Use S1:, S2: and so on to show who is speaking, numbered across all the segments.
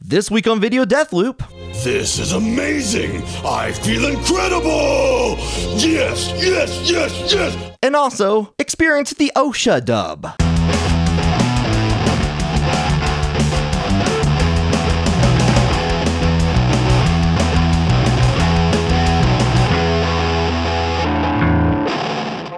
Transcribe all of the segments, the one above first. S1: This week on Video Death Loop.
S2: This is amazing! I feel incredible! Yes, yes, yes, yes!
S1: and also experience the OSHA dub.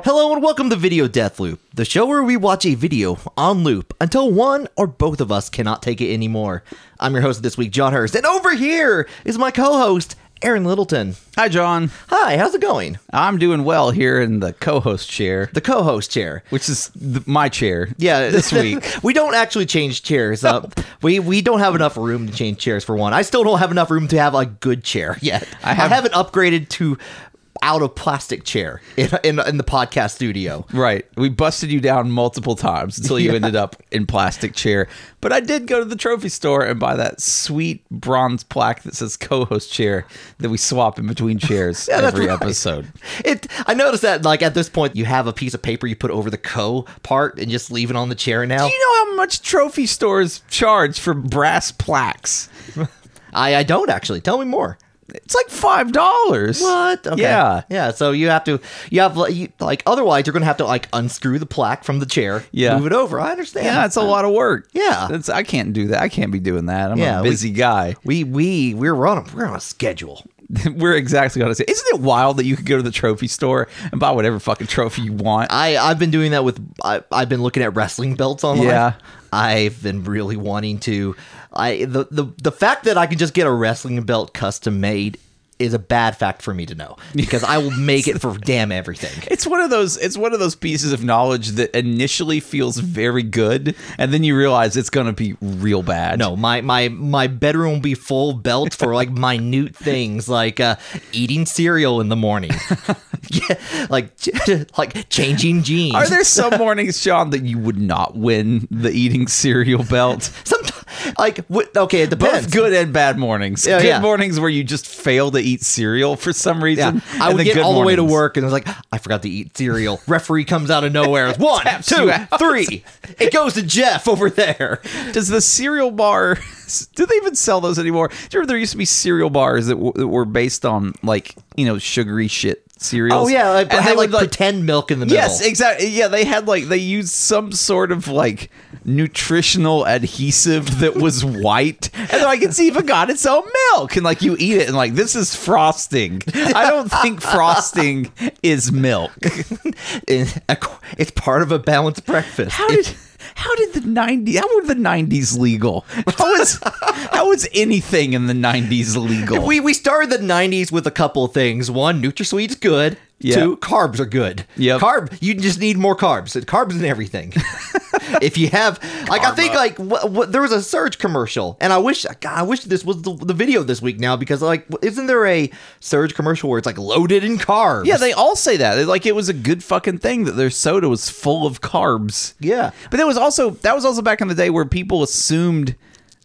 S1: Hello and welcome to Video Death Loop, the show where we watch a video on loop until one or both of us cannot take it anymore. I'm your host this week, John Hurst, and over here is my co-host, Aaron Littleton.
S3: Hi, John.
S1: Hi, how's it going?
S3: I'm doing well here in the co-host chair,
S1: The co-host chair.
S3: which is th- my chair.
S1: Yeah,
S3: this week.
S1: we don't actually change chairs. Up, we we don't have enough room to change chairs for one. I still don't have enough room to have a good chair yet. I,
S3: have-
S1: haven't upgraded to out of plastic chair in, in in the podcast studio.
S3: Right. We busted you down multiple times until you ended up in plastic chair. But I did go to the trophy store and buy that sweet bronze plaque that says co-host chair that we swap in between chairs
S1: that's
S3: every
S1: right.
S3: episode.
S1: It I noticed that like at this point you have a piece of paper you put over the co part and just leave it on the chair now.
S3: Do you know how much trophy stores charge for brass plaques?
S1: I I don't actually. Tell me more.
S3: It's like five dollars.
S1: What? Okay.
S3: Yeah.
S1: yeah. So you have to, you have like, you- like otherwise you're gonna have to like unscrew the plaque from the chair,
S3: Yeah.
S1: move it over. I understand.
S3: Yeah, it's a lot of work.
S1: Yeah.
S3: That's, I can't do that. I can't be doing that. I'm
S1: Yeah,
S3: a
S1: we-
S3: busy guy.
S1: We we we're on we're on a schedule.
S3: We're exactly what I say. Isn't it wild that you could go to the trophy store and buy whatever fucking trophy you want?
S1: I I've been doing that with I, I've been looking at wrestling belts online.
S3: Yeah.
S1: I've been really wanting to. I the the the fact that I can just get a wrestling belt custom made is a bad fact for me to know because I will make it for damn everything.
S3: It's one of those. It's one of those pieces of knowledge that initially feels very good, and then you realize it's gonna be real bad.
S1: No, my my my bedroom will be full belts for like minute things like uh, eating cereal in the morning, yeah, like like changing jeans.
S3: Are there some mornings, Sean, that you would not win the eating cereal belt?
S1: some like w- okay? It depends.
S3: Both good and bad mornings.
S1: Yeah,
S3: good
S1: yeah.
S3: mornings where you just fail to eat cereal for some reason.
S1: I would
S3: and then
S1: get
S3: good
S1: all the way to
S3: mornings.
S1: work and it was like, I forgot to eat cereal. Referee comes out of nowhere. One,
S3: Taps
S1: two,
S3: you out.
S1: three. It goes to Jeff over there.
S3: Does the cereal bar? Do they even sell those anymore? Do you remember there used to be cereal bars that, w- that were based on like you know sugary shit
S1: Oh
S3: cereals?
S1: yeah, like,
S3: And
S1: I
S3: they
S1: had like,
S3: would,
S1: pretend milk in the middle.
S3: Yes, exactly. Yeah, they had like they used some sort of like nutritional adhesive that was white, and they're like it's even got its own milk, and like you eat it, and like this is frosting. I don't think frosting is milk.
S1: And a qu- it's part of a balanced breakfast.
S3: How did how did the 90s how were the 90s legal? How was how was anything in the 90s legal?
S1: we we started the '90s with a couple of things. One, NutraSweet's good.
S3: Yeah.
S1: Two, carbs are good.
S3: Yep.
S1: carb. You just need more carbs. Carbs in everything. if you have, like, I think like wh- wh- there was a Surge commercial, and I wish God, I wish this was the, the video this week now because like, isn't there a Surge commercial where it's like loaded in carbs?
S3: yeah, they all say that. They- Like it was a good fucking thing that their soda was full of carbs.
S1: Yeah.
S3: But that was also that was also back in the day where people assumed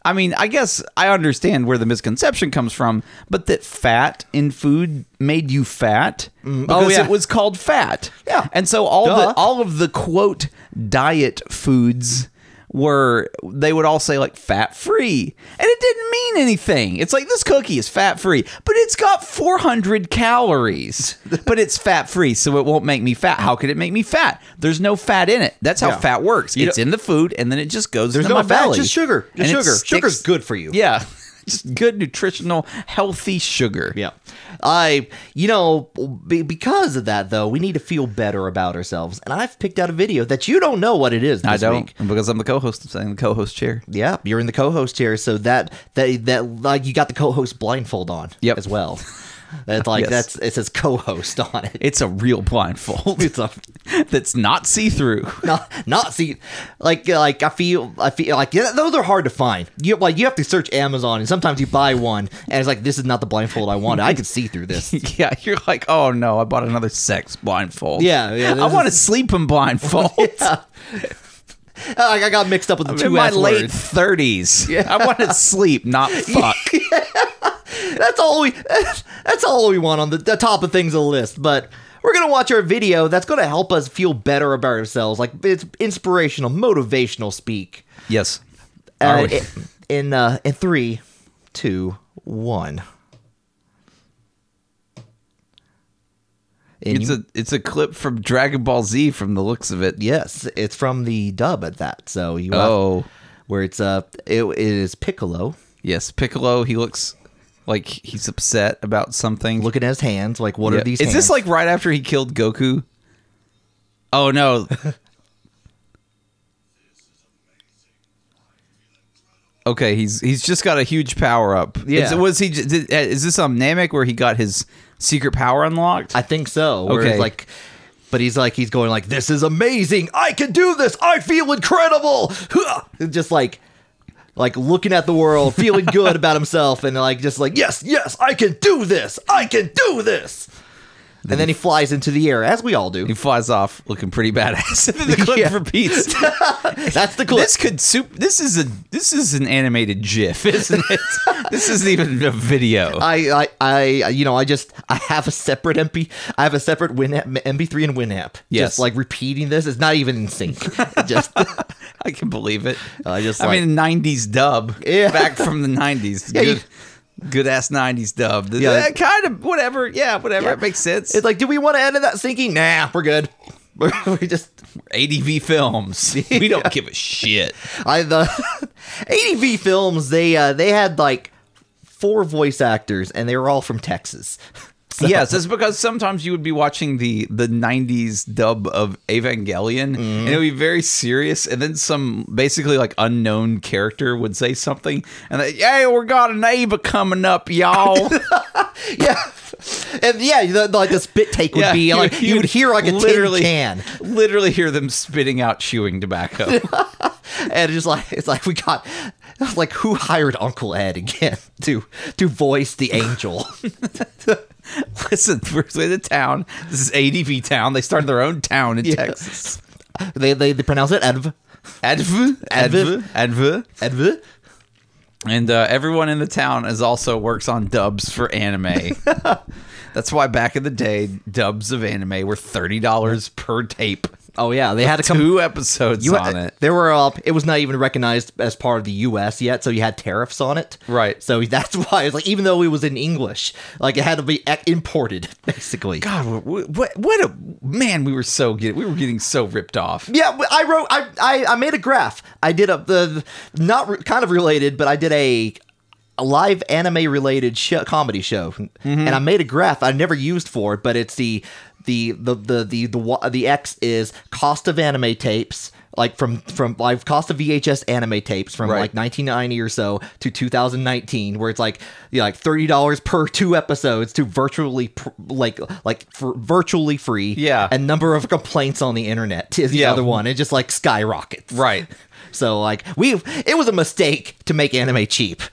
S3: I mean, I guess I understand where the misconception comes from, but that fat in food made you fat because
S1: Mm. Oh, yeah.
S3: it was called fat.
S1: Yeah.
S3: And so all
S1: Duh.
S3: the all of the quote diet foods were they would all say like fat free. And it didn't mean anything. It's like this cookie is fat free, but it's got 400 calories. but it's fat free, so it won't make me fat. How could it make me fat? There's no fat in it. That's how
S1: Yeah.
S3: fat works.
S1: You
S3: it's
S1: don't-
S3: in the food and then it just goes
S1: There's
S3: into
S1: no
S3: my
S1: fat,
S3: belly.
S1: just sugar. Just
S3: And it
S1: sugar. Sugar's
S3: sticks-
S1: good for you.
S3: Yeah. Just good nutritional healthy sugar.
S1: Yeah. I, you know, be, because of that, though, we need to feel better about ourselves. And I've picked out a video that you don't know what it is this
S3: I don't
S1: week.
S3: because I'm the co-host. I'm saying the co-host chair.
S1: Yeah, you're in the co-host here, so that that that like you got the co-host blindfold on
S3: Yep.
S1: as well. It's like
S3: Yes.
S1: that's it says co-host on it.
S3: It's a real blindfold.
S1: It's a
S3: that's not see through.
S1: not not see like like I feel I feel like yeah, those are hard to find. You like you have to search Amazon, and sometimes you buy one, and it's like this is not the blindfold I wanted. I could see through this.
S3: yeah, you're like, oh no, I bought another sex blindfold.
S1: Yeah, yeah,
S3: I
S1: this
S3: want to sleep in blindfold.
S1: Like I got mixed up with the
S3: In
S1: two
S3: my
S1: ass
S3: late
S1: words.
S3: thirties, I want to sleep, not fuck.
S1: That's all we that's all we want on the, the top of things on the list, but. We're gonna watch our video. That's gonna help us feel better about ourselves. Like it's inspirational, motivational speak.
S3: yes,
S1: Uh,
S3: Are we-
S1: i- in uh, in three, two, one. And
S3: It's
S1: you-
S3: a it's a clip from Dragon Ball Z from the looks of it.
S1: yes, it's from the dub at that. So you have-
S3: Oh.
S1: where it's uh it, it is Piccolo
S3: Yes, Piccolo, he looks like he's upset about something.
S1: looking at his hands like what
S3: Yeah.
S1: are these?
S3: Is this
S1: hands?
S3: like right after he killed Goku? Oh no. okay, he's he's just got a huge power up. Is,
S1: Yeah.
S3: was he j- did, uh, is this on Namek where he got his secret power unlocked?
S1: I think so. Where
S3: Okay.
S1: He's like, but he's like, he's going like, this is amazing. I can do this. I feel incredible. Huh! Just like, like looking at the world, feeling good about himself, and like just like, yes, yes, I can do this. I can do this. And then he flies into the air, as we all
S3: he
S1: do.
S3: flies off looking pretty badass. and then the clip
S1: Yeah.
S3: repeats.
S1: That's the clip.
S3: this could soup. This is a this is an animated GIF, isn't it? this isn't even a video.
S1: I, I, I, you know, I just, I have a separate MP, I have a separate WinApp, MP3 and WinApp.
S3: Yes.
S1: Just like repeating this is not even in sync. just,
S3: I can believe it.
S1: I just
S3: I
S1: like-
S3: mean, '90s dub.
S1: Yeah.
S3: back from the '90s.
S1: Yeah, you-
S3: good, good ass '90s dub.
S1: Yeah.
S3: Yeah, kind of whatever. Yeah, whatever.
S1: Yeah.
S3: It makes sense.
S1: It's like, do we want to add in that syncing? Nah, we're good. we just
S3: ADV films. We don't give a shit.
S1: I the ADV films. They uh, they had like four voice actors, and they were all from Texas. So-
S3: Yes, it's because sometimes you would be watching the the '90s dub of Evangelion, and
S1: Mm-hmm.
S3: it would be very serious, and then some basically like unknown character would say something, and they, "Hey, we got an Ava coming up, y'all."
S1: yeah, and yeah, the, the- like the spit take would
S3: Yeah,
S1: be like you would hear like a
S3: literally-
S1: tin
S3: Literally hear them spitting out chewing tobacco.
S1: can, and just like it's like we got like who hired Uncle Ed again to to voice the angel?
S3: Listen, we're in a town. This is ADV town. They started their own town in
S1: Yeah.
S3: Texas.
S1: they, they they pronounce it Edv
S3: Adv, adv,
S1: Adv.
S3: adv,
S1: Edv.
S3: and uh, everyone in the town is also works on dubs for anime. That's why back in the day, dubs of anime were thirty dollars per tape,
S1: Oh yeah, they had to come
S3: two episodes
S1: You
S3: on
S1: had-
S3: it.
S1: There were uh, it was not even recognized as part of the U.S. yet, so you had tariffs on it.
S3: Right.
S1: So that's why it's like even though it was in English, like it had to be ac- imported basically.
S3: God, what, what, what a man! We were so get, we were getting so ripped off.
S1: Yeah, w- I wrote. I, I I made a graph. I did a the not re- kind of related, but I did a. A live anime related sh- comedy show,
S3: Mm-hmm.
S1: and I made a graph I never used for it, but it's the the the the the the, wa- the X is cost of anime tapes, like from from like cost of VHS anime tapes from
S3: Right.
S1: like 1990 or so to 2019, where it's like you know, like thirty dollars per two episodes to virtually pr- like like for virtually free,
S3: Yeah.
S1: and number of complaints on the internet is the
S3: Yeah.
S1: other one. It just like skyrockets.
S3: Right.
S1: So like we it was a mistake to make anime cheap.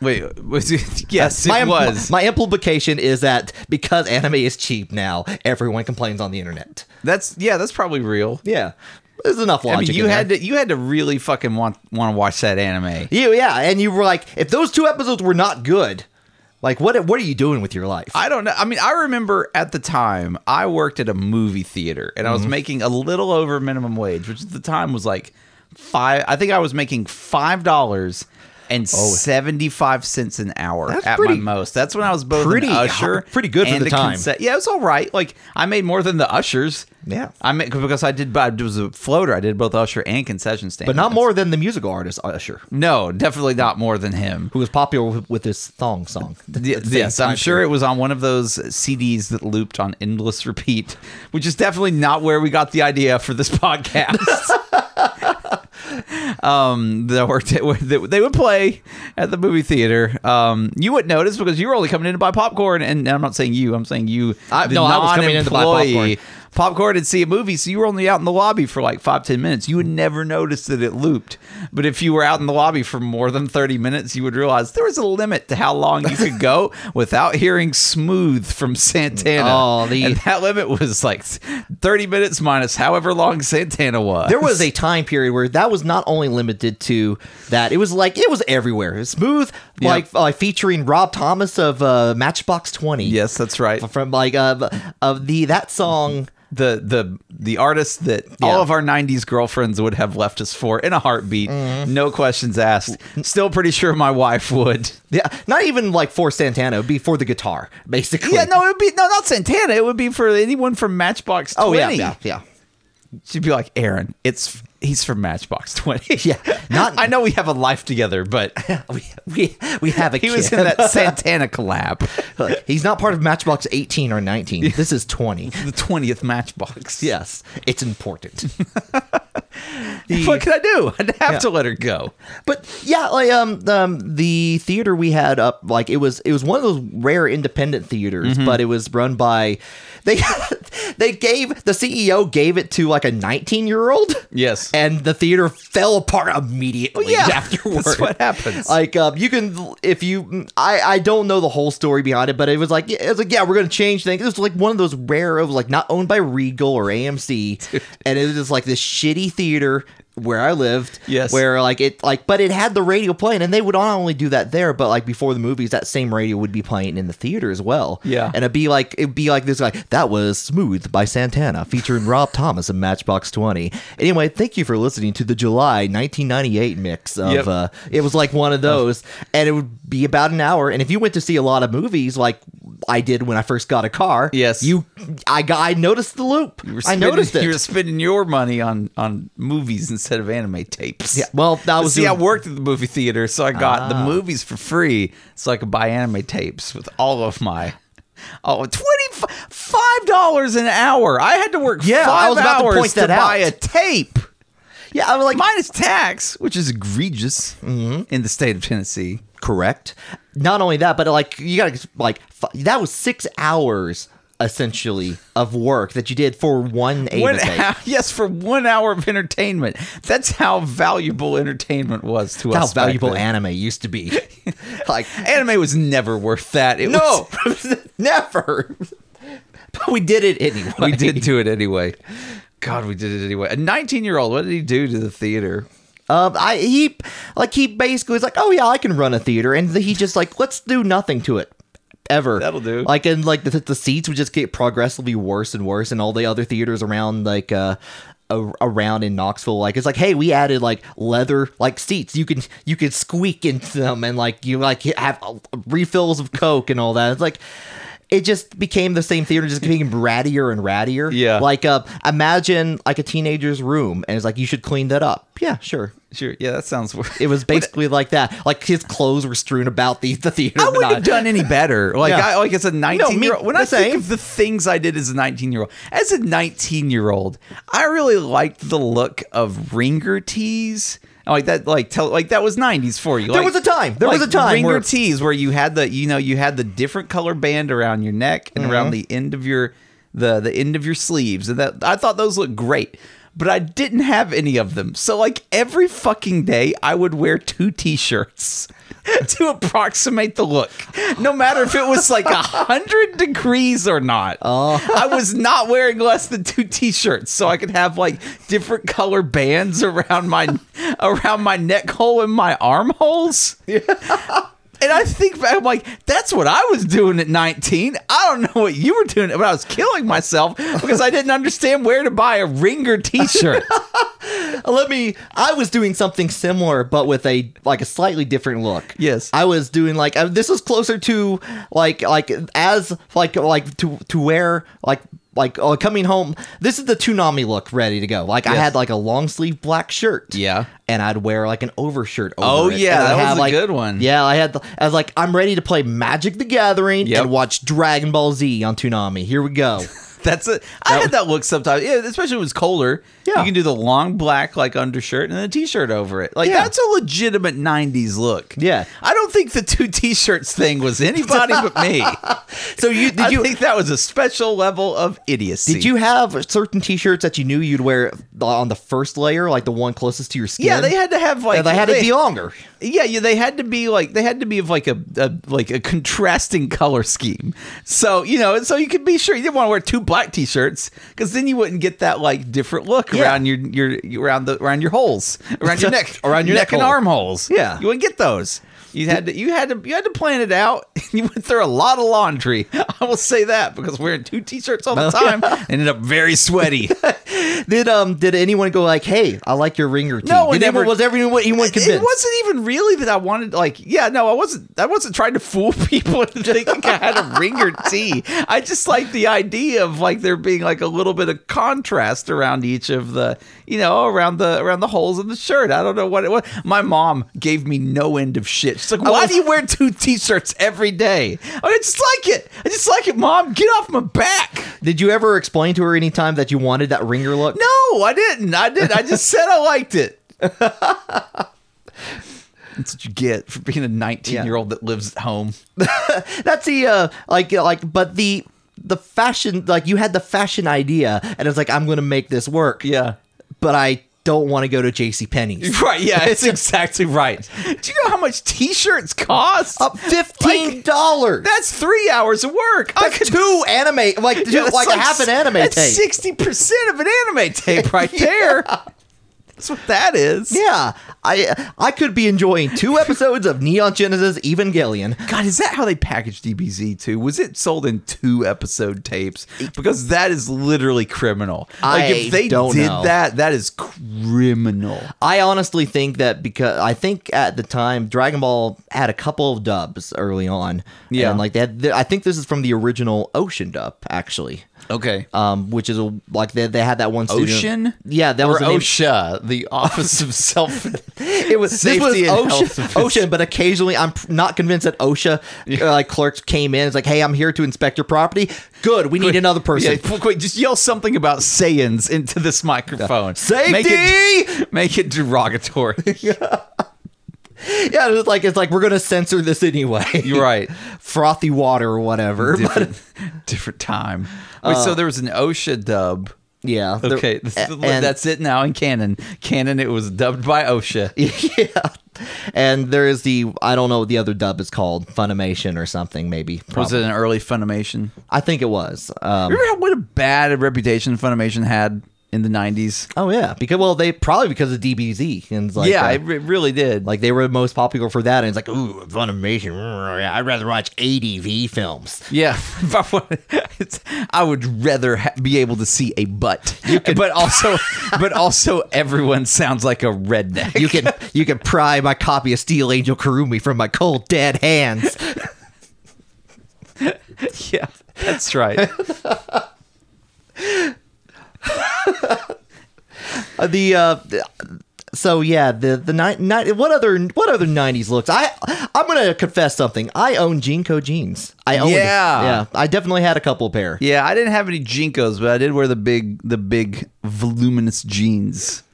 S3: Wait, was it? Yes, it
S1: my,
S3: was.
S1: My, my implication is that because anime is cheap now, everyone complains on the internet.
S3: that's yeah, that's probably real.
S1: Yeah. There's enough
S3: I
S1: logic.
S3: mean, you
S1: in
S3: had
S1: there.
S3: to you had to really fucking want want to watch that anime.
S1: You yeah, and you were like, if those two episodes were not good, like what what are you doing with your life?
S3: I don't know. I mean, I remember at the time I worked at a movie theater and I
S1: Mm-hmm.
S3: was making a little over minimum wage, which at the time was like five. I think I was making five dollars and seventy five cents an hour
S1: Oh. That's
S3: at my
S1: pretty-
S3: most. That's when I was both
S1: pretty
S3: an
S1: hot-
S3: usher,
S1: pretty good for
S3: and
S1: the
S3: a
S1: time.
S3: conce- yeah, it was all right. Like I made more than the ushers.
S1: Yeah.
S3: I made because I did. I was a floater. I did both usher and concession stand,
S1: but not more than the musical artist Usher,
S3: No, definitely not more than him.
S1: who was popular with, with his thong song.
S3: Y- Yes, I'm sure it was on one of those CDs that looped on endless repeat, which is definitely not where we got the idea for this podcast. um, that worked. At, that they would play at the movie theater. Um, you wouldn't notice because you were only coming in to buy popcorn, and I'm not saying you. I'm saying you.
S1: I-
S3: the
S1: no, I was coming in to buy popcorn.
S3: non-employee, popcorn and see a movie. So you were only out in the lobby for like five, ten minutes. You would never notice that it looped. But if you were out in the lobby for more than 30 minutes, you would realize there was a limit to how long you could go without hearing smooth from Santana.
S1: Oh, the-
S3: And that limit was like 30 minutes minus however long Santana was.
S1: There was a time period where that was not only limited to that; it was like it was everywhere. It was smooth,
S3: Yeah.
S1: like uh, featuring Rob Thomas of uh, Matchbox Twenty.
S3: Yes, that's right.
S1: from like uh, of the that song.
S3: the the the artist that all of our '90s girlfriends would have left us for in a heartbeat,
S1: Mm-hmm.
S3: no questions asked. Still pretty sure my wife would.
S1: Yeah, not even like for Santana, it'd be for the guitar, basically.
S3: Yeah, no, it would be no, not Santana. It would be for anyone from Matchbox Twenty.
S1: Oh yeah, yeah, yeah.
S3: She'd be like, Aaron, it's he's from Matchbox Twenty.
S1: Yeah, not-
S3: not. I know we have a life together, but
S1: We, we, we have a
S3: he
S1: kid.
S3: was in that Santana collab,
S1: Look, he's not part of Matchbox 18 or 19. This is 20.
S3: the twentieth Matchbox.
S1: Yes, it's important.
S3: What could I do? I'd have
S1: Yeah.
S3: to let her go.
S1: But yeah, like um, um the theater we had up like it was it was one of those rare independent theaters,
S3: Mm-hmm.
S1: but it was run by they they gave the CEO gave it to like a 19-year-old.
S3: Yes.
S1: And the theater fell apart immediately
S3: yeah.
S1: afterwards.
S3: That's what happens.
S1: Like um, you can if you I I don't know the whole story behind it, but it was like it was like yeah, we're going to change things. It was like one of those rare of like not owned by Regal or AMC. and it was just like this shitty theater where I lived
S3: Yes.
S1: where like it like but it had the radio playing and they would not only do that there but like before the movies that same radio would be playing in the theater as well
S3: Yeah.
S1: and it'd be like it'd be like this like that was smooth by santana featuring rob thomas and matchbox 20 anyway thank you for listening to the july 1998 mix of
S3: Yep.
S1: uh it was like one of those and it would be about an hour and if you went to see a lot of movies like I did when I first got a car.
S3: Yes.
S1: you. I got. I noticed the loop.
S3: You were
S1: I
S3: spending-
S1: noticed it.
S3: You were spending your money on on movies instead of anime tapes.
S1: Yeah, well, that was Ah.
S3: see, I
S1: doing-
S3: worked at the movie theater, so I got the movies for free, so I could buy anime tapes with all of my. Oh, twenty-five dollars an hour! I had to work
S1: Yeah, I
S3: five
S1: was about to
S3: hours
S1: point that
S3: buy
S1: out.
S3: a tape,
S1: yeah, I was like, Mm-hmm.
S3: minus tax, which is egregious in the state of Tennessee.
S1: correct. Not only that, but like you gotta like f- that was six hours essentially of work that you did for one
S3: One
S1: Ava tape.
S3: hou- yes, for one hour of entertainment. That's how valuable entertainment was to
S1: That's
S3: us.
S1: how
S3: back
S1: valuable
S3: then.
S1: anime used to be. like
S3: anime was never worth that. It
S1: no,
S3: was-
S1: never. but we did it anyway.
S3: we did do it anyway. God, we did it anyway. A 19 year old, what did he do to the theater?
S1: Um, I he like he basically was like, oh yeah, I can run a theater, and he just like let's do nothing to it ever.
S3: That'll do.
S1: Like and like the, the seats would just get progressively worse and worse, and all the other theaters around like uh a- around in Knoxville, like it's like hey, we added like leather like seats you can you can squeak into them, and like you like have uh, refills of coke and all that. It's like. It just became the same theater, just became rattier and rattier.
S3: Yeah.
S1: Like, uh, imagine like a teenager's room, and it's like you should clean that up. Yeah, sure.
S3: Sure. Yeah, that sounds worth
S1: It was basically like that. Like his clothes were strewn about the, the theater.
S3: I wouldn't
S1: but
S3: have done any better. Like
S1: Yeah.
S3: I like as a 19 year old. When I
S1: the
S3: think
S1: same.
S3: of the things I did as a 19 year old, as a 19 year old, I really liked the look of ringer tees. Like that, like tell, like that was 90s for you. There
S1: was a time. There was a time
S3: Ringer
S1: where-
S3: tees where you had the, you know, you had the different color band around your neck and around the end of your, the the end of your sleeves, and that I thought those looked great. But I didn't have any of them. So, like every fucking day, I would wear two t shirts to approximate the look, no matter if it was like a 100 degrees or not. Oh. I was not wearing less than two t shirts. So I could have like different color bands around my around my neck hole and my armholes. And I think back, I'm like, that's what I was doing at 19. I don't know what you were doing, but I was killing myself because I didn't understand where to buy a ringer t shirt.
S1: let me. I was doing something similar, but with a like a slightly different look.
S3: Yes.
S1: I was doing like uh, this was closer to like like as like like to to wear like like uh, coming home. This is the Toonami look ready to go. Like I
S3: Yes.
S1: had like a long sleeve black shirt.
S3: Yeah.
S1: and I'd wear like an overshirt. Over
S3: Oh,
S1: it.
S3: yeah,
S1: And I'd
S3: that was
S1: have,
S3: a
S1: like-
S3: good one.
S1: Yeah, I had. The, I was like, I'm ready to play Magic the Gathering
S3: Yep.
S1: and watch Dragon Ball Z on Toonami. Here we go.
S3: That's it. I had that look sometimes, yeah, especially when it was colder.
S1: Yeah.
S3: You can do the long black like undershirt and then a t-shirt over it. Like
S1: Yeah.
S3: that's a legitimate 90s look.
S1: Yeah.
S3: I don't think the two t-shirts thing was anybody but me.
S1: so you did
S3: I
S1: you
S3: think that was a special level of idiocy.
S1: Did you have certain T-shirts that you knew you'd wear on the first layer, like the one closest to your skin?
S3: Yeah, they had to have like
S1: Yeah, they had to be longer.
S3: Yeah, yeah, they had to be like they had to be of like a, a like a contrasting color scheme. So you know, so you could be sure you didn't want to wear two black t-shirts because then you wouldn't get that like different look
S1: Yeah.
S3: around your your around the around your holes around your neck
S1: Around your
S3: neck,
S1: neck
S3: and
S1: hole.
S3: armholes.
S1: Yeah.
S3: you wouldn't get those. You had to, you had to, you had to plan it out. You went through a lot of laundry. I will say that because wearing two t-shirts all the
S1: Oh,
S3: time ended up very sweaty.
S1: Did um did anyone go like, hey, I like your ringer tee?
S3: No,
S1: did
S3: it never-
S1: everyone was everyone anyone convinced?
S3: It wasn't even really that I wanted. Like, yeah, no, I wasn't. I wasn't trying to fool people into thinking I had a ringer tee. I just like the idea of like there being like a little bit of contrast around each of the, you know, around the around the holes in the shirt. I don't know what it was. My mom gave me no end of shit. She's like, why
S1: was-
S3: do you wear two t-shirts every day? I just like it. I just like it, mom. Get off my back.
S1: Did you ever explain to her any time that you wanted that ringer look?
S3: No, I didn't. I did. I just said I liked it. That's what you get for being a 19 year old that lives at home.
S1: That's the uh like like but the the fashion like you had the fashion idea and it's like I'm gonna make this work.
S3: Yeah.
S1: But I don't want to go to JC Penney's.
S3: Right. Yeah. It's exactly right. Do you know how much t shirts cost?
S1: Up fifteen dollars.
S3: That's three hours of work. I
S1: that's two anime like two-
S3: that's
S1: like, a half an anime
S3: that's
S1: tape.
S3: 60% of an anime tape right there. That's what that is.
S1: Yeah, I I could be enjoying two episodes of Neon Genesis Evangelion.
S3: God, is that how they packaged DBZ too? Was it sold in two episode tapes? Because that is literally criminal. Like
S1: I
S3: if they
S1: don't
S3: did
S1: know.
S3: that, that is criminal.
S1: I honestly think that because I think at the time Dragon Ball had a couple of dubs early on.
S3: Yeah.
S1: and like they had. I think this is from the original Ocean dub actually.
S3: Okay.
S1: Um, which is a like they, they had that one studio-
S3: Uh, Ocean?
S1: Yeah, that was
S3: Or
S1: the name.
S3: OSHA, the Office of Self.
S1: It was this
S3: Safety
S1: was
S3: and
S1: Ocean,
S3: Health.
S1: Ocean, but occasionally I'm pr- not convinced that OSHA uh, like clerks came in. It's like, hey, I'm here to inspect your property. Good, we need another person.
S3: Yeah, qu- quick, just yell something about Saiyans into this microphone. Make
S1: Safety!
S3: it, make it derogatory.
S1: Yeah, it's like it's like we're gonna censor this anyway.
S3: You're right.
S1: Frothy water or whatever. But
S3: Different, different time. Wait,
S1: Uh.
S3: so there was an OSHA dub.
S1: yeah. there-
S3: Okay, this-
S1: a- and,
S3: that's it now in canon. Canon, it was dubbed by OSHA.
S1: yeah. And there is the I don't know what the other dub is called, Funimation or something maybe.
S3: Was
S1: probably.
S3: it an early Funimation?
S1: I think it was. Um,
S3: Remember how, what a bad reputation Funimation had in the 90s?
S1: oh yeah, because well they probably because of DBZ and it's like
S3: yeah,
S1: uh,
S3: it re- really did.
S1: like they were most popular for that, and it's like, ooh, Funimation. mm, yeah, I'd rather watch ADV films.
S3: yeah, If I wanted- it's- I would rather ha- be able to see a butt, but also, but also, everyone sounds like a redneck.
S1: You can you can pry my copy of Steel Angel Karumi from my cold dead hands.
S3: yeah, that's right.
S1: Uh, the uh th- so yeah the the night what other what other 90s looks i i'm gonna confess something i own Jinko jeans i own
S3: Yeah.
S1: yeah i definitely had a couple pair
S3: Yeah, I didn't have any jinkos, but I did wear the big, the big voluminous jeans.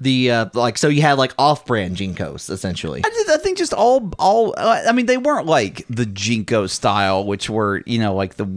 S1: the uh like so you had like off-brand Jinkos essentially
S3: I, did, I think just all all. Uh, I mean, they weren't like the Jinko style, which were you know like the,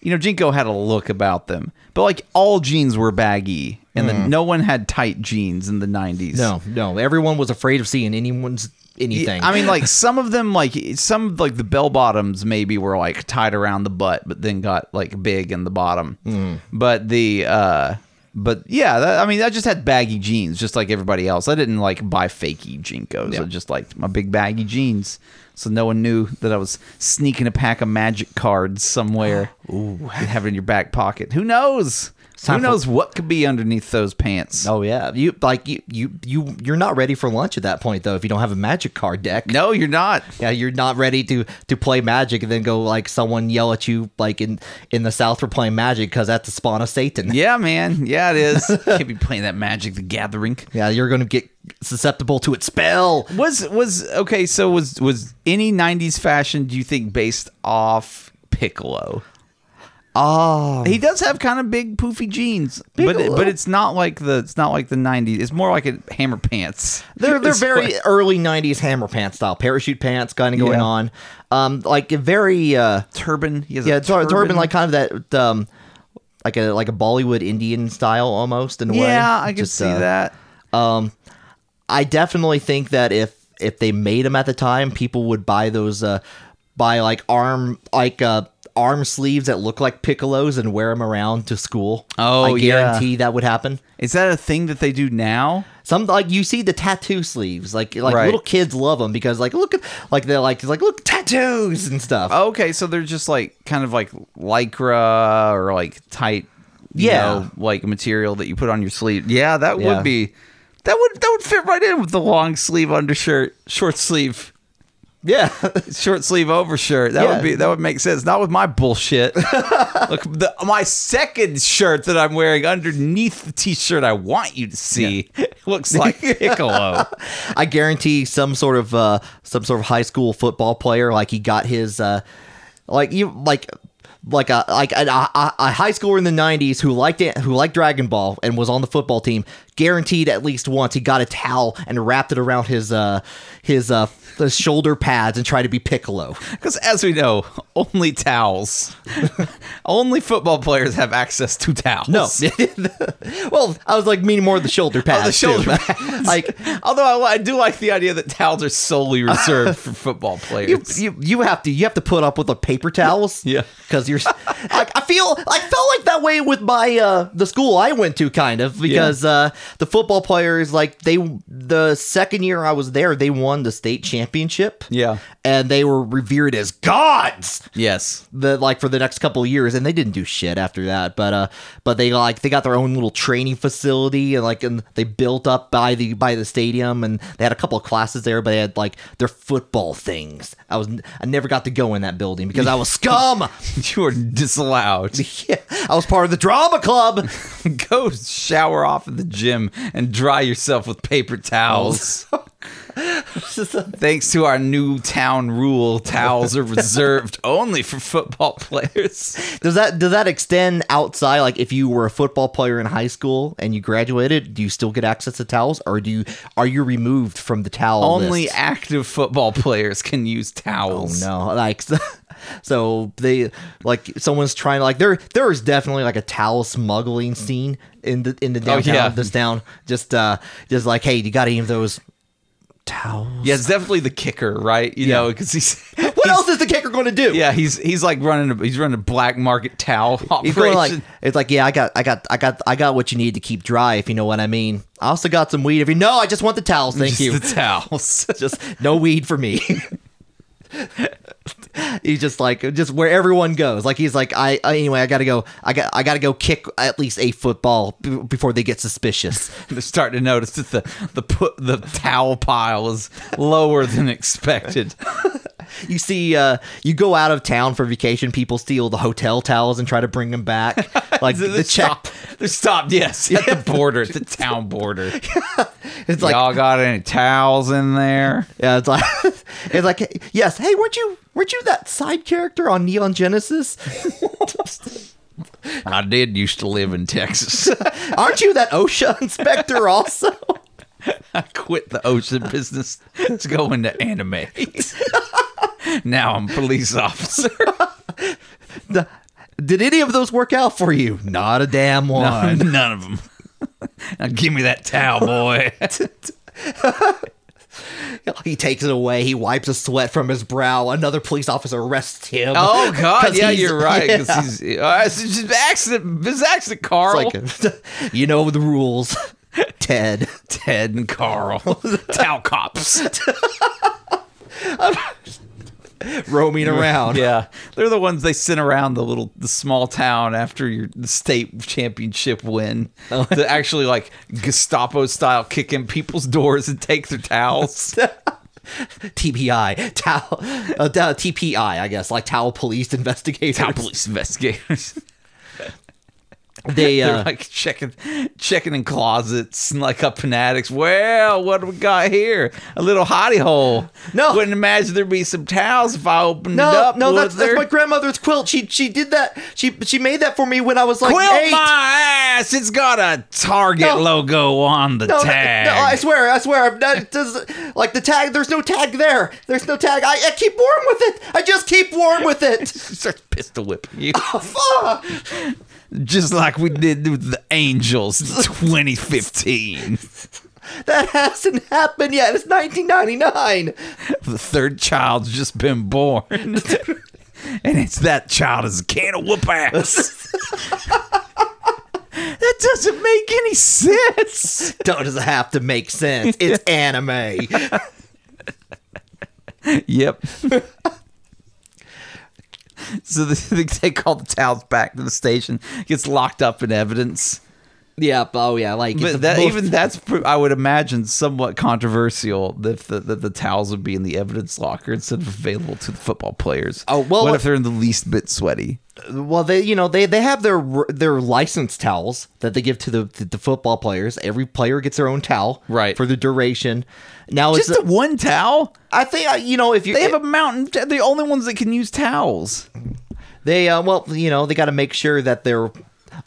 S3: you know Jinko had a look about them, but like all jeans were baggy, and then no one had tight jeans in the nineties.
S1: no no everyone was afraid of seeing anyone's anything
S3: I mean, like some of them, like some like the bell bottoms, maybe were like tied around the butt, but then got like big in the bottom.
S1: Mm.
S3: But the, uh but yeah, that, I mean, I just had baggy jeans, just like everybody else. I didn't like buy fakey jinkos. I just liked my big baggy jeans, so no one knew that I was sneaking a pack of magic cards somewhere. Ooh, you have it in your back pocket. Who knows? Who
S1: time for-
S3: knows what could be underneath those pants?
S1: oh yeah you like you you you you're not ready for lunch at that point though if you don't have a magic card deck
S3: No, you're not.
S1: Yeah, you're not ready to to play Magic and then go like someone yell at you like in in the South for playing Magic because that's the spawn of Satan.
S3: Yeah, man. Yeah, it is. Can't be playing that Magic the Gathering.
S1: Yeah, you're gonna get susceptible to its spell.
S3: Was was okay? So was was any '90s fashion? Do you think based off Piccolo?
S1: Oh,
S3: He does have kind of big poofy jeans, but it,
S1: Piccolo?
S3: but it's not like the it's not like the '90s. It's more like a hammer pants.
S1: they're they're
S3: It's
S1: very
S3: like-
S1: early '90s hammer pants style, parachute pants kind of going
S3: Yeah.
S1: on, um, like a very uh,
S3: turban. He has
S1: yeah,
S3: a
S1: tur-
S3: turban.
S1: turban. like kind of that um, like a like a Bollywood Indian style almost in a way.
S3: yeah, I can
S1: Just,
S3: see
S1: uh,
S3: that.
S1: I definitely think that if if they made them at the time, people would buy those uh buy like arm like uh arm sleeves that look like piccolos and wear them around to school.
S3: Oh,
S1: I
S3: yeah.
S1: guarantee that would happen.
S3: Is that a thing that they do now?
S1: Some like you see the tattoo sleeves, like like
S3: Right.
S1: little kids love them because like look at like they're like it's like look tattoos and stuff.
S3: Okay, so they're just like kind of like lycra or like tight, you
S1: Yeah.
S3: know, like material that you put on your sleeve. Yeah, that
S1: Yeah.
S3: would be that would that would fit right in with the long sleeve undershirt, short sleeve,
S1: Yeah,
S3: short sleeve overshirt. That
S1: Yeah.
S3: would be that would make sense. Not with my bullshit. Look, the, my second shirt that I'm wearing underneath the t-shirt I want you to see looks like piccolo.
S1: I guarantee some sort of uh some sort of high school football player like he got his uh like you like like a like a, a, a high schooler in the 90s who liked it who liked Dragon Ball and was on the football team guaranteed at least once he got a towel and wrapped it around his uh his uh his shoulder pads and tried to be Piccolo.
S3: Because as we know, only towels, only football players have access to towels.
S1: No. well, I was like meaning more of the shoulder pads.
S3: Oh, the shoulder
S1: too.
S3: pads.
S1: like
S3: Although I, I do like the idea that towels are solely reserved for football
S1: you,
S3: players.
S1: you, you have to you have to put up with the paper towels.
S3: Yeah.
S1: Because you're like I feel I felt like that way with my uh the school I went to kind of because uh the football players like they the second year I was there they won the state championship.
S3: Yeah.
S1: And they were revered as gods.
S3: yes.
S1: the like for the next couple of years and they didn't do shit after that but uh but they like they got their own little training facility and like and they built up by the by the stadium and they had a couple of classes there but they had like their football things i was i never got to go in that building because i was scum
S3: You are disallowed.
S1: yeah, i was part of the drama club
S3: Go shower off at the gym and dry yourself with paper towels. Thanks to our new town rule, towels are reserved only for football players.
S1: does that does that extend outside like if you were a football player in high school and you graduated do you still get access to towels or do you are you removed from the towel
S3: Only
S1: list?
S3: active football players can use towels.
S1: Oh, No, like so they like someone's trying to like there there is definitely like a towel smuggling scene in the in the downtown
S3: Oh, yeah.
S1: this town. Just uh just like hey, you got any of those towels?
S3: Yeah, it's definitely the kicker, right? You know, because he's
S1: What else is the kicker going to do?
S3: Yeah, he's he's like running a, he's running a black market towel operation.
S1: He's going like it's like yeah, I got I got I got I got what you need to keep dry if you know what I mean. I also got some weed if you no, I just want the towels. Thank
S3: Just
S1: you.
S3: the towels.
S1: just no weed for me. he's just like just where everyone goes. Like he's like I I- anyway. I gotta go. I got I gotta go kick at least a football b- before they get suspicious.
S3: They're starting to notice that the the put the towel pile is lower than expected.
S1: You see, uh, you go out of town for vacation. People steal the hotel towels and try to bring them back. Like the
S3: They're
S1: check.
S3: stopped. They're stopped. Yes, at the border, at the town border.
S1: It's like
S3: Y'all got any towels in there?
S1: yeah. It's like it's like yes. Hey, weren't you weren't you that side character on Neon Genesis?
S3: I did used to live in Texas.
S1: Aren't you that OSHA inspector also?
S3: I quit the ocean business to go into anime. now I'm a police officer.
S1: The- did any of those work out for you? Not a damn one.
S3: None of them. now give me that towel, boy.
S1: He takes it away. He wipes the sweat from his brow. Another police officer arrests him.
S3: Oh
S1: 'Cause
S3: God! Yeah,
S1: he's-
S3: you're right.
S1: yeah.
S3: 'cause he's uh, it's just accident. It's accident, Carl.
S1: It's like, you know the rules, Ted.
S3: Ted and Carl, towel cops.
S1: Roaming around.
S3: yeah, they're the ones they sent around the little, the small town after your the state championship win to actually like Gestapo style kick in people's doors and take their towels.
S1: TPI, towel, uh, t- uh, TPI, I guess, like towel police investigators.
S3: Town police investigators.
S1: They
S3: They're
S1: uh,
S3: like checking, checking in closets and like up in attics. Well, what do we got here? A little hottie hole.
S1: No.
S3: wouldn't imagine there'd be some towels if I opened
S1: no,
S3: it up.
S1: no,
S3: would
S1: that's, that's
S3: there?
S1: my grandmother's quilt. She she did that. She she made that for me when I was like
S3: Quilt
S1: eight.
S3: my ass. It's got a Target
S1: No.
S3: logo on the
S1: No, no, no,
S3: tag.
S1: I swear, I swear, I'm not, it does, like the tag. There's no tag there. There's no tag. I, I keep warm with it. I just keep warm with it.
S3: She starts pistol whipping you,
S1: Fuck.
S3: just like we did with the Angels in 2015.
S1: That hasn't happened yet. It's 1999.
S3: the third child's just been born. and it's that child is a can of whoop ass. that doesn't make any sense.
S1: Doesn't have to make sense. It's anime.
S3: Yep. so they, they call the towels back to the station. Gets locked up in evidence.
S1: Yep. Oh yeah. Like it's
S3: But
S1: the
S3: that,
S1: most-
S3: even that's, pr- I would imagine, somewhat controversial if the, that the towels would be in the evidence locker instead of available to the football players.
S1: Oh, well,
S3: what
S1: what-
S3: if they're in the least bit sweaty?
S1: well they you know they they have their their license towels that they give to the to the football players. Every player gets their own towel
S3: Right.
S1: for the duration. Now
S3: Just
S1: it's
S3: the one towel?
S1: I think uh, you know if you
S3: They have a mountain. They're the only ones that can use towels.
S1: They uh, well, you know, they got to make sure that they're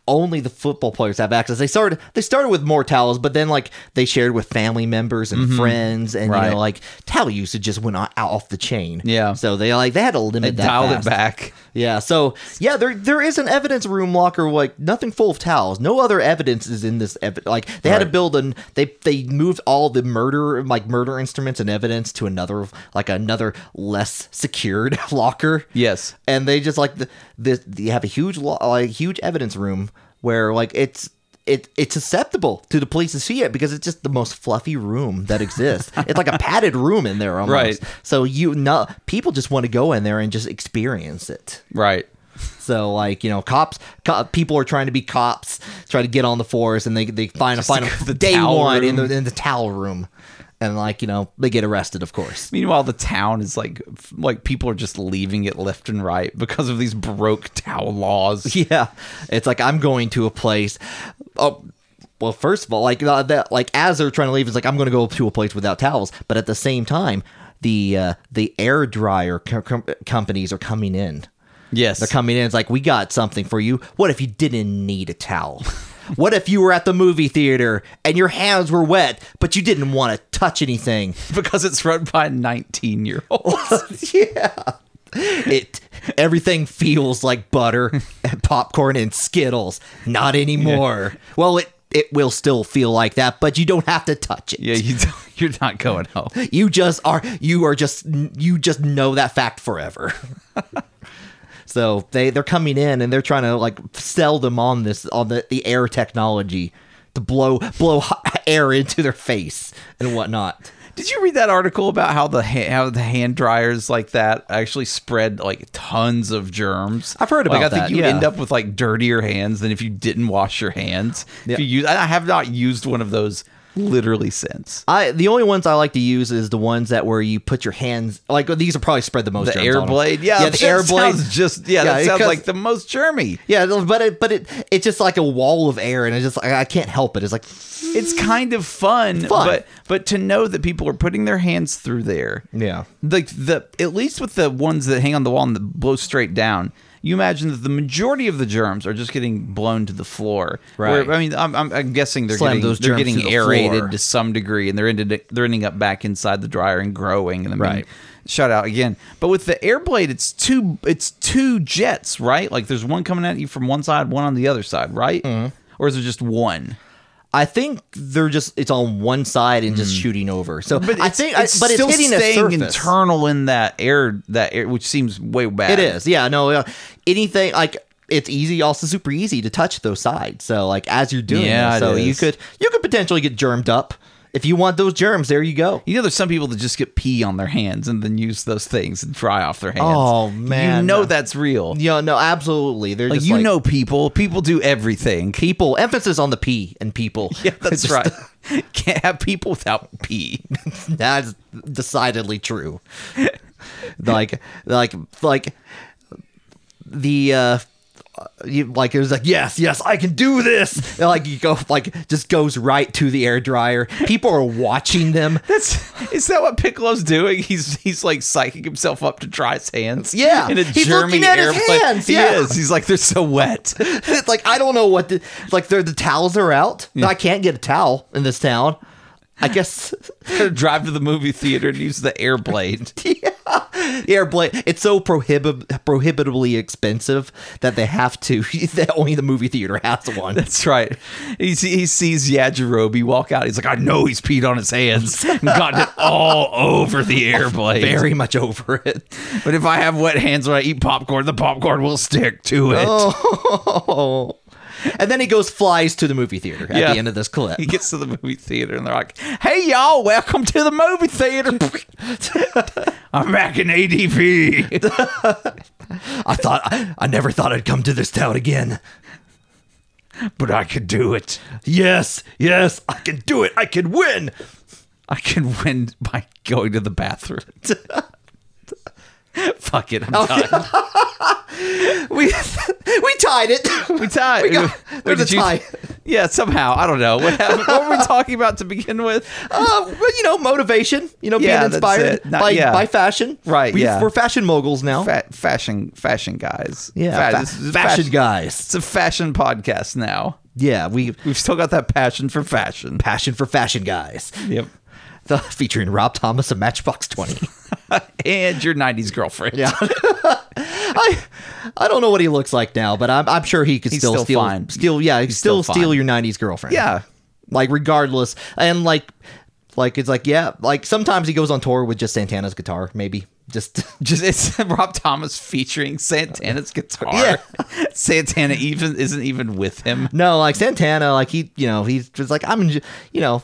S1: only the football players have access. They started they started with more towels, but then like they shared with family members and friends, and you
S3: Mm-hmm. Right.
S1: know, like towel usage just went out out off the chain.
S3: Yeah.
S1: so they like they had to limit that.
S3: Dialed
S1: fast.
S3: it back.
S1: Yeah, so yeah, there there is an evidence room locker like nothing full of towels. No other evidence is in this ev- like they had to
S3: Right.
S1: build an they they moved all the murder like murder instruments and evidence to another like another less secured locker.
S3: Yes.
S1: And they just like the, the you have a huge lo- like huge evidence room where like it's it, it's susceptible to the police to see it because it's just the most fluffy room that exists. it's like a padded room in there almost.
S3: Right.
S1: So you know people just want to go in there and just experience it.
S3: Right.
S1: So like you know, cops, co- people are trying to be cops, try to get on the force, and they they find a
S3: to
S1: find
S3: go to
S1: a
S3: the
S1: day
S3: towel
S1: one in
S3: room.
S1: the in the towel room, and like you know they get arrested, of course.
S3: Meanwhile, the town is like, f- like people are just leaving it left and right because of these broke towel laws.
S1: Yeah, it's like I'm going to a place. Oh, well, first of all, like uh, that, like as they're trying to leave, it's like I'm going to go to a place without towels. But at the same time, the uh, the air dryer co- com- companies are coming in.
S3: Yes.
S1: They're coming in. It's like, we got something for you. What if you didn't need a towel? What if you were at the movie theater and your hands were wet, but you didn't want to touch anything?
S3: because it's run by 19 year olds.
S1: yeah. It everything feels like butter and popcorn and Skittles. Not anymore. Well, it it will still feel like that, but you don't have to touch it.
S3: yeah, you don't, you're not going home.
S1: You just are you are just you just know that fact forever. so they they're coming in and they're trying to like sell them on this on the, the air technology to blow blow hot air into their face and whatnot.
S3: Did you read that article about how the ha- how the hand dryers like that actually spread like tons of germs?
S1: I've heard
S3: Like,
S1: about
S3: I
S1: that,
S3: think you
S1: yeah.
S3: end up with like dirtier hands than if you didn't wash your hands.
S1: Yeah.
S3: If you use, I have not used one of those literally since.
S1: I the only ones I like to use is the ones that where you put your hands like these are probably spread the most.
S3: The
S1: germs
S3: air
S1: on 'em.
S3: blade, yeah,
S1: yeah, the
S3: that
S1: air blade.
S3: sounds just yeah, that
S1: Yeah,
S3: sounds
S1: because-
S3: like the most germy.
S1: Yeah, but it but it it's just like a wall of air, and I just I, I can't help it. It's like
S3: It's kind of fun,
S1: Fun.
S3: but but to know that people are putting their hands through there,
S1: yeah,
S3: like the at least with the ones that hang on the wall and that blow straight down you imagine that the majority of the germs are just getting blown to the floor
S1: Right.
S3: Where- i mean i'm, I'm, I'm guessing they're
S1: Slam
S3: getting
S1: those
S3: they're
S1: germs
S3: getting
S1: to the
S3: aerated
S1: floor.
S3: to some degree and they're ended, they're ending up back inside the dryer and growing and then being
S1: Right.
S3: shut out again but with the air blade it's two it's two jets right like there's one coming at you from one side one on the other side right
S1: Mm-hmm.
S3: or is it just one
S1: I think they're just it's on one side and just shooting over. So
S3: Hmm. But
S1: I
S3: it's-
S1: think
S3: it's
S1: I, but
S3: still
S1: it's hitting
S3: staying
S1: a surface.
S3: internal in that air, that air, which seems way bad.
S1: It is, yeah, no, yeah. anything like it's easy, also super easy to touch those sides. So like as you're doing, it,
S3: Yeah, it
S1: so you
S3: is.
S1: could you could potentially get germed up if you want those germs. There you go.
S3: You know, there's some people that just get pee on their hands and then use those things and dry off their hands.
S1: Oh, man.
S3: you know that's real.
S1: Yeah, no, absolutely. They're
S3: like
S1: just
S3: you
S1: like,
S3: know, people, people do everything.
S1: people emphasis on the P and people.
S3: Yeah, that's
S1: Just-
S3: right. Can't have people without pee.
S1: That's decidedly true. like, like, like the uh, you, like it was like yes, yes, I can do this. And, like you go like just goes right to the air dryer. People are watching them.
S3: That's is that what Piccolo's doing? He's he's like psyching himself up to dry his hands.
S1: Yeah.
S3: in a
S1: He's
S3: germy
S1: looking at his
S3: airplane.
S1: hands,
S3: He
S1: yeah.
S3: is. He's like they're so wet.
S1: it's like I don't know what the, like they're, the towels are out. I can't get a towel in this town. I guess
S3: Drive to the movie theater and use the air blade.
S1: yeah, Blade. It's so prohibib- prohibitively expensive that they have to. that only the movie theater has one.
S3: That's right. He, see- he sees Yajirobe walk out. He's like, I know he's peed on his hands and gotten it all over the airblade.
S1: Very much over it.
S3: But if I have wet hands when I eat popcorn, the popcorn will stick to it.
S1: Oh. And then he goes flies to the movie theater at
S3: Yeah.
S1: the end of this clip.
S3: He gets to the movie theater and they're like, hey, y'all, welcome to the movie theater. I'm back in ADP.
S1: I thought I, I never thought I'd come to this town again.
S3: but I could do it.
S1: Yes, yes, I can do it. I can win.
S3: I can win by going to the bathroom. Fuck it. I'm
S1: Oh,
S3: done.
S1: We we tied it.
S3: We tied.
S1: We got-
S3: Wait,
S1: there's a
S3: did you-
S1: tie.
S3: Yeah, somehow. I don't know. What happened? what were we talking about to begin with?
S1: Uh, well, you know, motivation. You know,
S3: Yeah,
S1: being
S3: that's
S1: inspired
S3: it. Not-
S1: by
S3: yeah.
S1: by fashion.
S3: Right,
S1: We,
S3: yeah.
S1: We're fashion moguls now.
S3: Fa- fashion fashion guys.
S1: yeah.
S3: Fa-
S1: fa-
S3: this is
S1: fashion
S3: fashion-
S1: guys.
S3: It's a fashion podcast now.
S1: Yeah. We
S3: We've still got that passion for fashion.
S1: passion for fashion guys.
S3: Yep.
S1: The, featuring Rob Thomas and Matchbox Twenty.
S3: And your 90s girlfriend.
S1: Yeah. I I don't know what he looks like now, but I'm, I'm sure he could
S3: He's
S1: still,
S3: still
S1: steal
S3: fine.
S1: steal yeah, he could still,
S3: still
S1: steal
S3: fine.
S1: your 90s girlfriend.
S3: Yeah.
S1: Like regardless and like like it's like yeah, like sometimes he goes on tour with just Santana's guitar maybe. Just
S3: Just it's Rob Thomas featuring Santana's guitar.
S1: Yeah.
S3: Santana even isn't even with him.
S1: No, like Santana like he, you know, he's just like I'm enj- you know,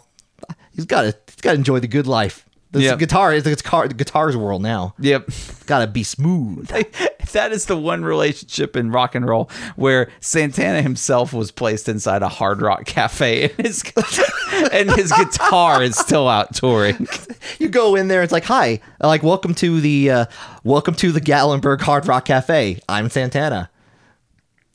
S1: he's got to he's got to enjoy the good life. The
S3: Yep.
S1: guitar is the guitar the guitar's world now.
S3: Yep.
S1: Got to be smooth.
S3: That is the one relationship in rock and roll where Santana himself was placed inside a hard rock cafe and his and his guitar is still out touring.
S1: you go in there it's like hi uh, like welcome to the uh, welcome to the gatlinburg hard rock cafe i'm santana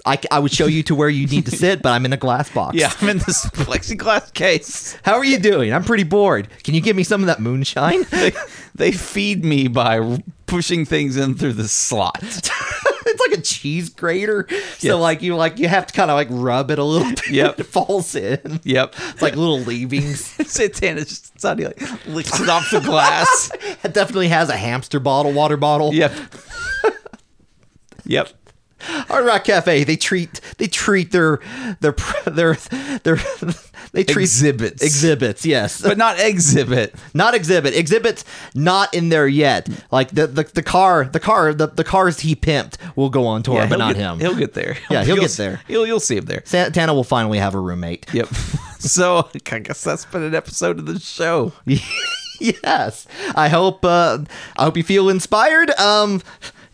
S1: I, c- I would show you to where you need to sit but i'm in a glass box
S3: Yeah, I'm in this plexiglass case.
S1: how are you doing i'm pretty bored can you give me some of that moonshine
S3: They, they feed me by r- pushing things in through the slot.
S1: it's like a cheese grater
S3: Yes.
S1: so like you like you have to kind of like rub it a little bit
S3: Yep.
S1: it falls in
S3: Yep.
S1: it's like little leavings
S3: Santana's just suddenly like licks it off the glass.
S1: it definitely has a hamster bottle water bottle
S3: Yep. yep.
S1: Hard Rock Cafe. They treat they treat their their their their they treat
S3: Exhibits.
S1: exhibits. Yes,
S3: But not exhibit.
S1: not exhibit exhibits not in there yet. Like the the, the car the car the, the cars he pimped will go on tour,
S3: Yeah,
S1: but
S3: he'll
S1: not
S3: get-
S1: him.
S3: He'll get there.
S1: Yeah, he'll
S3: You'll
S1: get
S3: s-
S1: there.
S3: You'll, you'll see him there.
S1: Santana will finally have a roommate.
S3: Yep. so I guess that's been an episode of the show.
S1: yes, I hope uh, I hope you feel inspired. Um,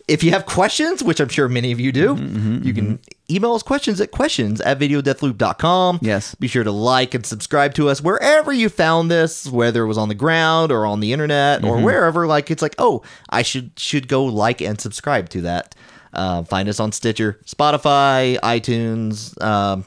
S1: if you have questions, which I'm sure many of you do,
S3: Mm-hmm,
S1: you can email us questions at questions at videodeathloop.com.
S3: Yes.
S1: Be sure to like and subscribe to us wherever you found this, whether it was on the ground or on the internet
S3: Mm-hmm.
S1: or wherever. Like it's like, oh, I should should go like and subscribe to that. Uh, find us on Stitcher, Spotify, iTunes. Um,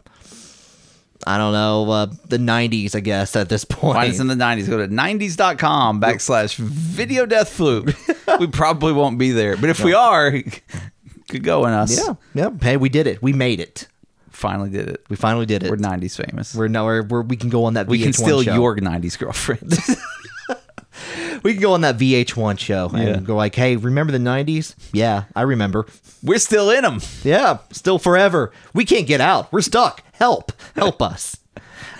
S1: I don't know uh, the '90s, I guess. At this point,
S3: Find us in the 90s. Go to 90s.com backslash video death flute. we probably won't be there. But if we are, good go on us.
S1: Yeah, yeah. Hey, we did it. We made it.
S3: Finally did it.
S1: We finally did it.
S3: We're 90s famous.
S1: We're no. We're, we're we can go on that.
S3: we can
S1: VH1
S3: steal
S1: show.
S3: your 90s girlfriend.
S1: We can go on that VH1 show
S3: Yeah.
S1: and go like, hey, remember the '90s? Yeah, I remember.
S3: We're still in them.
S1: Yeah, still forever. We can't get out. We're stuck. Help! Help us.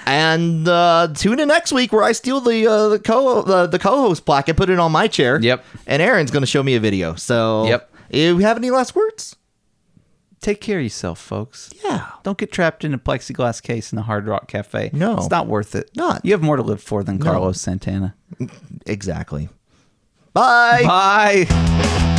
S1: And uh, tune in next week where I steal the uh, the co the, the co-host plaque and put it on my chair.
S3: Yep.
S1: And Aaron's gonna show me a video. So
S3: Yep.
S1: If we have any last words?
S3: Take care of yourself, folks.
S1: Yeah.
S3: Don't get trapped in a plexiglass case in a Hard Rock Cafe.
S1: No.
S3: It's not worth it.
S1: Not.
S3: You have more to live for than Carlos Santana.
S1: Exactly. Bye.
S3: Bye.